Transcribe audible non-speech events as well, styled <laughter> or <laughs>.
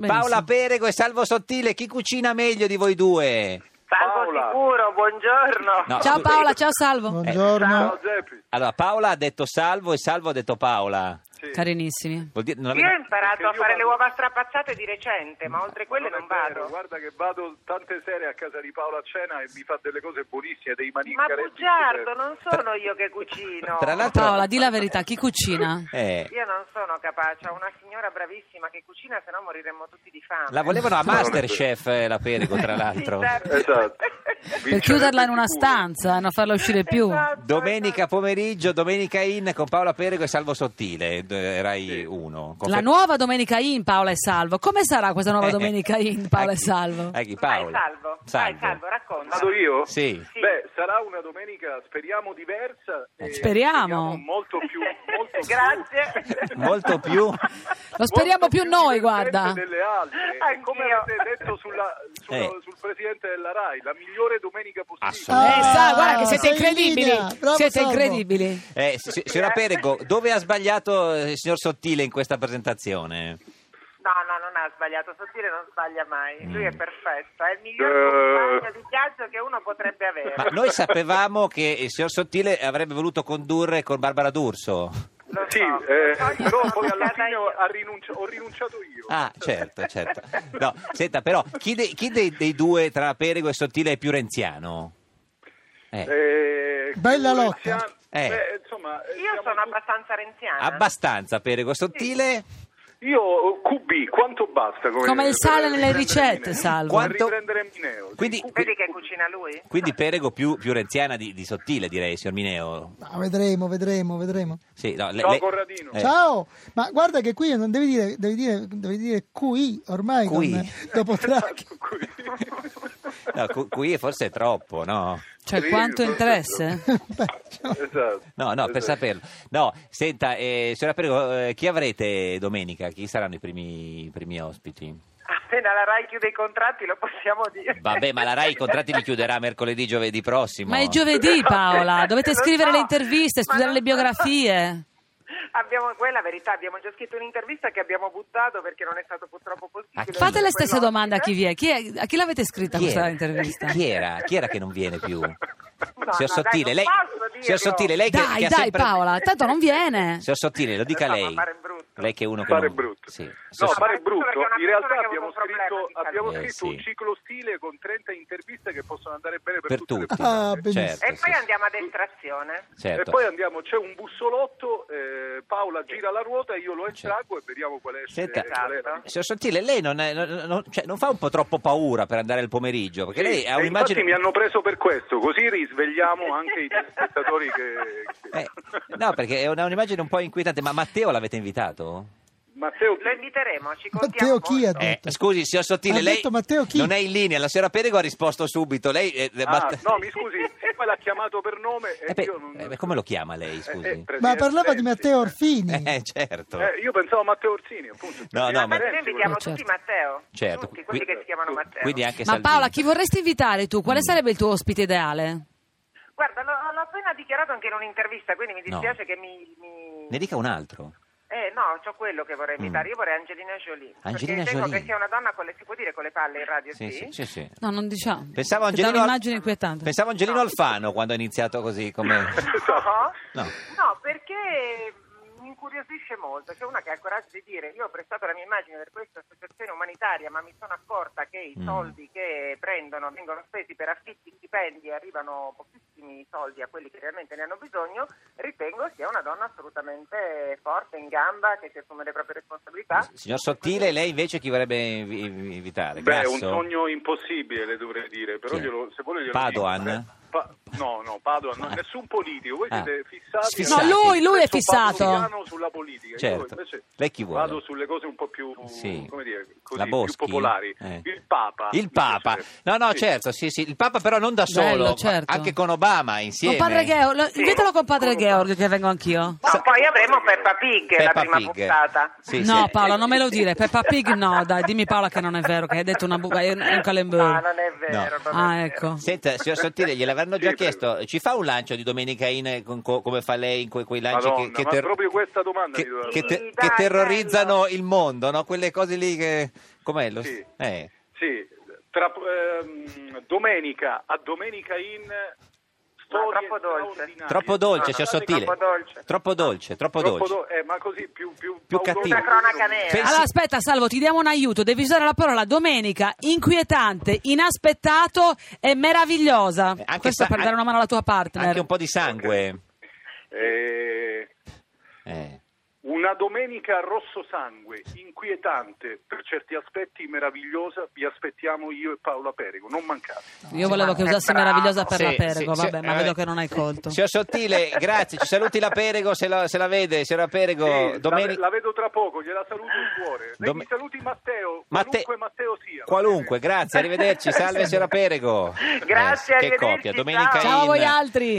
Benissimo. Paola Perego e Salvo Sottile, chi cucina meglio di voi due? Salvo Paola. sicuro, buongiorno. No, Ciao scusa. Paola, ciao Salvo. Ciao Buongiorno. Geppi. Allora, Paola ha detto Salvo e Salvo ha detto Paola. Sì. Carinissimi. Vuol dire- non Io ho avete- imparato a Perché io fare le vado- uova strapazzate di recente, ma oltre quelle non, è vero, vado. Guarda che vado tante sere a casa di Paola a cena e mi fa delle cose buonissime, dei Ma manicaretti. bugiardo, non sono Tra- io che cucino. Tra l'altro- Paola, di la verità, chi cucina? Eh, Io non sono capace, ho una signora bravissima che cucina, se no moriremmo tutti di fame. la volevano a Masterchef eh, la Perego, tra l'altro. Sì, certo. <laughs> Esatto. <laughs> Per chiuderla in una stanza, non farla uscire più. Esatto, Domenica esatto. pomeriggio, domenica in con Paola Perego e Salvo Sottile, eh, Rai 1. Con- La nuova Domenica In, Paola e Salvo. Come sarà questa nuova Domenica In, Paola e A eh, chi- Salvo? a chi, Vai Paola? Salvo, vai Salvo, racconta. Vado io? Sì. Sì. Beh, sarà una domenica, speriamo, diversa. e Eh, Speriamo. Molto più. Molto più- Grazie. <laughs> Molto più. Lo speriamo molto più noi, divertente guarda. Delle altre. E Come Anch'io. avete detto sulla- sulla- Eh. sul presidente della RAI, la migliore domenica possibile. Assolutamente. Eh, sa, guarda Ah, che siete sei in incredibili. linea. Bravo, siete Salvo. incredibili. Eh, si- signora Perego, dove ha sbagliato eh, il signor Sottile in questa presentazione? No, no, non ha sbagliato, Sottile non sbaglia mai, Mm. lui è perfetto, è il Eh. miglior compagno di viaggio che uno potrebbe avere. Ma noi sapevamo che il signor Sottile avrebbe voluto condurre con Barbara D'Urso. Lo Sì, so, eh, lo so, io però sono poi alla stata fine ho, io. ha rinunci- ho rinunciato io. Ah, certo, certo. No, senta, però, chi, de- chi dei, dei due tra Perego e Sottile è più renziano? Eh, Eh, Bella quello lotta. anziano- Eh. beh, insomma, eh, Io siamo sono tutti- abbastanza renziana. abbastanza Perego e Sottile? Io QB, quanto basta? Come il sale per nelle riprendere ricette, Mineo? Salvo. Per Quanto- riprendere Mineo. sì, Quindi- QB. Vedi che cucina lui? <laughs> Quindi Perego più, più renziana di, di Sottile, direi, signor Mineo. Ma Ah, vedremo, vedremo, vedremo. Sì, no, Ciao, Corradino. Eh. Ciao, ma guarda che qui non devi dire, devi dire, devi dire QI ormai QI. con- dopo <laughs> Draghi. <laughs> No, cu- qui forse è troppo, no? Cioè, Sì, quanto questo- interesse? Beh, cioè, Esatto. No, no, per Esatto. saperlo. No, senta, eh, signora Perego, eh, chi avrete domenica? Chi saranno i primi, i primi ospiti? Appena la RAI chiude i contratti lo possiamo dire. Vabbè, ma la RAI i contratti li chiuderà mercoledì, giovedì prossimo. Ma è giovedì, Paola. Dovete Lo scrivere so, le interviste, ma studiare non le so. biografie. <laughs> Abbiamo, quella è la verità, abbiamo già scritto un'intervista che abbiamo buttato perché non è stato purtroppo A chi? possibile. Fate le Quello- stesse domande a eh. chi vi è. Chi è- A chi l'avete scritta Chi questa era? intervista? Chi era? Chi era che non viene più? <laughs> no, signor dai, Sottile, non lei, posso dirlo. signor Sottile, lei che, Dai, che ha dai, sempre... Paola, tanto non <laughs> viene. Signor Sottile, lo dica No, ma lei. pare brutto. Lei che è uno che Fare non... brutto. Sì. No, Signor- fare Ma questo brutto. perché è una In realtà persona che ha abbiamo avuto un scritto, problema, abbiamo Eh, scritto un sì. ciclo stile con 30 interviste che possono andare bene per, per tutte le tutti. Ah, puntate. benissimo. certo, E sì, poi sì, andiamo ad estrazione. certo. E poi andiamo, c'è un bussolotto, eh, Paola gira la ruota, io lo estraggo e vediamo qual è, Certo. Senta, ah, qual è la- Signor Sottile, lei non, è- non- non- cioè, non fa un po' troppo paura per andare al pomeriggio? Perché lei ha E un'immagine... Infatti mi hanno preso per questo, così risvegliamo anche i <laughs> spettatori che... che- Eh, no, perché è una- un'immagine un po' inquietante. Ma Matteo l'avete invitato? Matteo, Lo inviteremo, ci contiamo. Matteo chi ha molto. Eh, detto? scusi, signor Sottile, Ha lei detto Matteo chi? non è in linea. La signora Perego ha risposto subito. Lei, eh, ah, Matte- no, mi scusi, poi l'ha chiamato per nome e Eh, beh, io non... eh, beh, come lo chiama lei, scusi? Eh, eh, presidente, Ma parlava di sì. Matteo Orfini. Eh, certo. Eh, io pensavo a Matteo Orsini, appunto. No, no, ma- Presidente Infatti noi Renzi, invitiamo Eh, certo. tutti Matteo. Certo. Tutti quelli Qui- che si chiamano eh, Matteo. Quindi anche Ma Salvini. Mm. Paola, chi vorresti invitare tu? Quale sarebbe il tuo ospite ideale? Guarda, l'ho, l'ho appena dichiarato anche in un'intervista, quindi mi dispiace No. che mi... mi- Ne dica un altro. Eh no, c'ho quello che vorrei invitare. Io vorrei Angelina Jolie. Mm. Angelina perché Jolie. Ritengo che sia una donna con le... Si può dire con le palle in radio, sì? Sì, sì, sì. sì. No, non diciamo. Pensavo Perché dà Angelino, un'immagine inquietante. pensavo Angelino Alfano quando ha iniziato così come... <laughs> No. No. No, perché mi incuriosisce molto. C'è una che ha il coraggio di dire io ho prestato la mia immagine per questa associazione umanitaria, ma mi sono accorta che i Mm. soldi che prendono vengono spesi per affitti, stipendi e arrivano pochissimi soldi a quelli che realmente ne hanno bisogno. Ritengo sia una donna assolutamente forte, in gamba, che si assume le proprie Ah? responsabilità. Signor Sottile, lei invece chi vorrebbe invi- invi- invitare? Beh, è un Grasso? sogno impossibile, le dovrei dire, però Chi è? glielo, se vuole glielo Padoan? dico. Eh, pa- no, no, Padoan, no, Ah. nessun politico, voi Ah. siete fissati. Sfissati. No, lui- lui è Penso fissato. pavloviano sulla politica. Certo. Io invece Lei chi vuole? Vado sulle cose un po' più, Sì. come dire, La così, più Boschi? popolari. Eh. Il Papa. mi Il Papa. piacerebbe. No, no, Sì. certo, sì, sì. Il Papa però non da solo, Bello, ma certo. anche con Obama insieme. Con padre Georg, invitalo con padre Georg che vengo anch'io. No, poi avremo Peppa Pig la Peppa prima Pig. puntata. Sì, no, sì. Paola, non me lo dire. Peppa Pig, no, dai, dimmi Paola che non è vero, che hai detto una buca, è un è un No, calembur. non è vero. non è Ah, vero. ecco. Senta, signor Sottile, gliel'avranno già Sì, chiesto, ci fa un lancio di Domenica In eh, con- co- come fa lei in que- quei lanci Madonna, che, che, ma proprio questa domanda che- mi doveva che fare. te- Sì, dai, che terrorizzano il mondo, no? quelle cose lì che... Com'è lo... Sì. eh. Sì, tra ehm, domenica a domenica in storie troppo dolce. straordinarie. Troppo dolce, Ah, c'è signor sottile. Troppo dolce. Troppo dolce, troppo troppo dolce. do- eh, ma così più, più, Più pauroso cattivo. di Cronaca lui. nera. Pensi- Allora, Allora aspetta Salvo ti diamo un aiuto, devi usare la parola domenica, inquietante, inaspettato e meravigliosa. Eh, anche Questo sa- per dare una mano alla tua partner. Anche un po' di sangue. Eh, Eh. una domenica a rosso sangue, inquietante, per certi aspetti meravigliosa, vi aspettiamo io e Paola Perego, non mancate. Io volevo che usassi meravigliosa per Sì, la Perego, sì, vabbè, sì, ma eh, vedo che non hai colto. Signor Sottile, grazie, ci saluti la Perego se la, se la vede, signora Perego. Sì, domeni- la, la vedo tra poco, gliela saluto in cuore. Lei Dom- mi saluti Matteo, Matte- qualunque Matteo sia. Qualunque, <laughs> grazie, arrivederci, salve signora Perego. Eh, Grazie, che arrivederci, coppia, domenica ciao. Ciao a in- voi altri.